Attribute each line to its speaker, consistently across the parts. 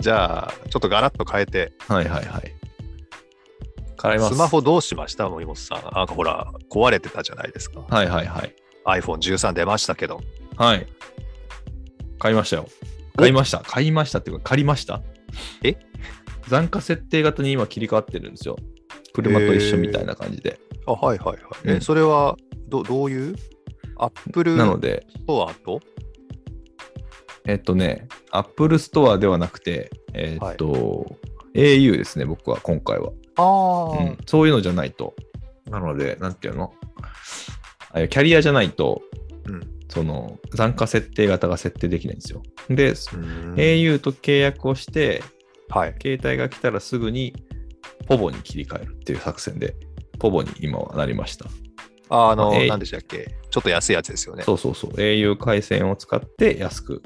Speaker 1: じゃあ、ちょっとガラッと変えて、
Speaker 2: はいはいはい。変えます。
Speaker 1: スマ。ホどうしました森本さん。なんかほら、壊れてたじゃないですか。
Speaker 2: はいはいはい。
Speaker 1: iPhone13 出ましたけど。
Speaker 2: はい。買いましたよ。買いました。買いましたっていうか、借りました。
Speaker 1: え
Speaker 2: 残価設定型に今切り替わってるんですよ。車と一緒みたいな感じで。
Speaker 1: あ、はいはいはい。え、
Speaker 2: うん
Speaker 1: それはど、どういうアップル
Speaker 2: なの
Speaker 1: ス
Speaker 2: で、
Speaker 1: トアと
Speaker 2: えっとね、Apple Store ではなくて、えっと、au ですね、僕は今回は、
Speaker 1: ああ、
Speaker 2: うん。そういうのじゃないと。なので、なんていうのあキャリアじゃないと、
Speaker 1: うん
Speaker 2: その残価設定型が設定できないんですよ。で、
Speaker 1: うん。
Speaker 2: au と契約をして、
Speaker 1: はい。
Speaker 2: 携帯が来たらすぐにポボに切り替えるっていう作戦で、ポボに今はなりました。
Speaker 1: ああの、
Speaker 2: えい
Speaker 1: 何でしたっけちょっと安いやつですよね。
Speaker 2: そうそうそう、au 回線を使って安く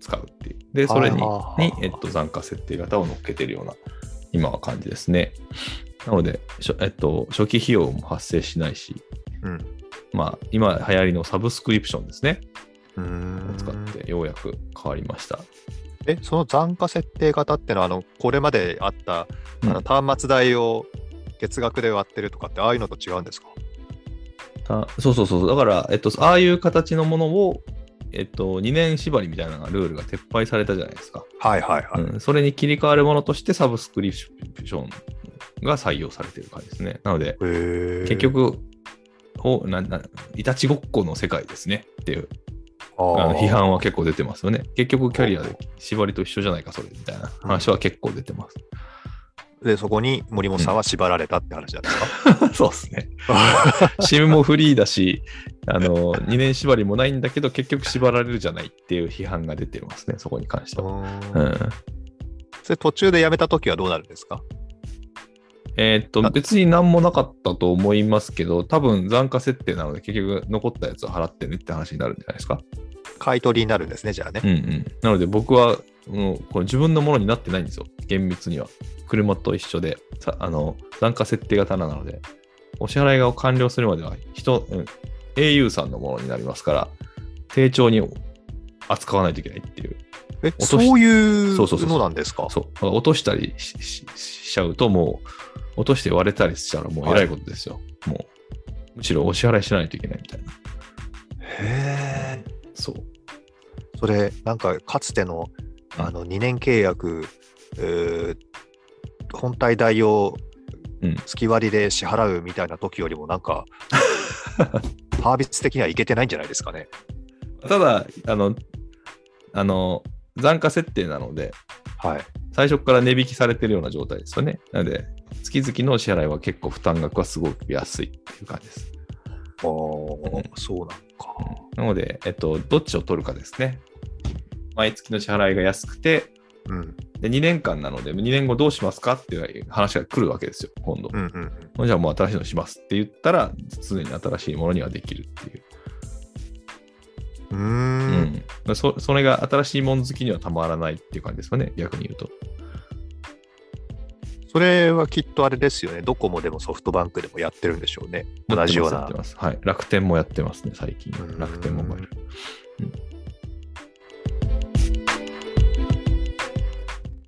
Speaker 2: 使うっていう。で、それに
Speaker 1: はあはあはあ
Speaker 2: に、えっと、残価設定型を乗っけてるような、今は感じですね。なので、しょえっと、初期費用も発生しないし、
Speaker 1: うん。
Speaker 2: まあ、今流行りのサブスクリプションですね、
Speaker 1: うー
Speaker 2: を
Speaker 1: ん
Speaker 2: 使ってようやく変わりました。
Speaker 1: え、その残価設定型ってのは、あの、これまであった、あ
Speaker 2: う
Speaker 1: の
Speaker 2: ん
Speaker 1: 端末代を月額で割ってるとかって、ああいうのと違うんですか
Speaker 2: あそうそうそうそう。だから、えっと、ああいう形のものを、えっと、2年縛りみたいなのがルールが撤廃されたじゃないですか。
Speaker 1: はいはいはい。
Speaker 2: うん、それに切り替わるものとしてサブスクリプションが採用されてる感じですね。なので、
Speaker 1: へえ
Speaker 2: 結、局、おなないたちごっこの世界ですねっていう
Speaker 1: あ
Speaker 2: あ
Speaker 1: ー
Speaker 2: の批判は結構出てますよね。結局、キャリアで縛りと一緒じゃないか、それみたいな話は結構出てます。
Speaker 1: で、そこに森本さんは縛られたって話じゃないですか。
Speaker 2: そうですね。SIM もフリーだし、あの、2年縛りもないんだけど、結局縛られるじゃないっていう批判が出てますね、そこに関しては。
Speaker 1: う
Speaker 2: う
Speaker 1: ーん
Speaker 2: ん。
Speaker 1: それ途中でやめた時はどうなるんですか
Speaker 2: えーっと、
Speaker 1: あ
Speaker 2: 別に何もなかったと思いますけど、多分残価設定なので、結局残ったやつを払ってねって話になるんじゃないですか。
Speaker 1: 買い取りになるんですね、じゃあね
Speaker 2: うん。うん。なので僕は、もうこれ自分のものになってないんですよ、厳密には。車と一緒で、さあの、残価設定型なので、お支払いが完了するまでは人、うん、au さんのものになりますから、丁重に扱わないといけないっていう。
Speaker 1: え、
Speaker 2: とし
Speaker 1: そういう
Speaker 2: そうそうそうそう
Speaker 1: のなんですか
Speaker 2: そう。だから落としたりしししちゃうと、もう、落として割れたりしたらもうえらいことですよ。もう、むしろお支払いしないといけないみたいな。
Speaker 1: へえ。
Speaker 2: そう。
Speaker 1: それ、なんかかつての
Speaker 2: うん
Speaker 1: あの2年契約、えー本体代を
Speaker 2: うん
Speaker 1: 月割りで支払うみたいな時よりも、なんか、 サービス的にはいけてないんじゃないですかね。
Speaker 2: ただ、あの、あの、残価設定なので、
Speaker 1: はい。
Speaker 2: 最初から値引きされてるような状態ですよね。なので、月々のお支払いは結構負担額はすごく安いっていう感じです。
Speaker 1: ああ、そうなのか。
Speaker 2: なので、えっと、どっちを取るかですね。毎月の支払いが安くて、
Speaker 1: うん。
Speaker 2: で、2年間なので、2年後どうしますかっていう話が来るわけですよ、今度
Speaker 1: う。んうんうん。
Speaker 2: じゃあもう新しいのしますって言ったら、常に新しいものにはできるっていう。
Speaker 1: うー。
Speaker 2: うんそそれが新しいもの好きにはたまらないっていう感じですかね、逆に言うと。
Speaker 1: それはきっとあれですよね。ドコモでもソフトバンクでもやってるんでしょうね。同じよう
Speaker 2: やっ
Speaker 1: な
Speaker 2: て。ます。やってますはい。楽天もやってますね、最近
Speaker 1: う。ん
Speaker 2: 楽天モバイル。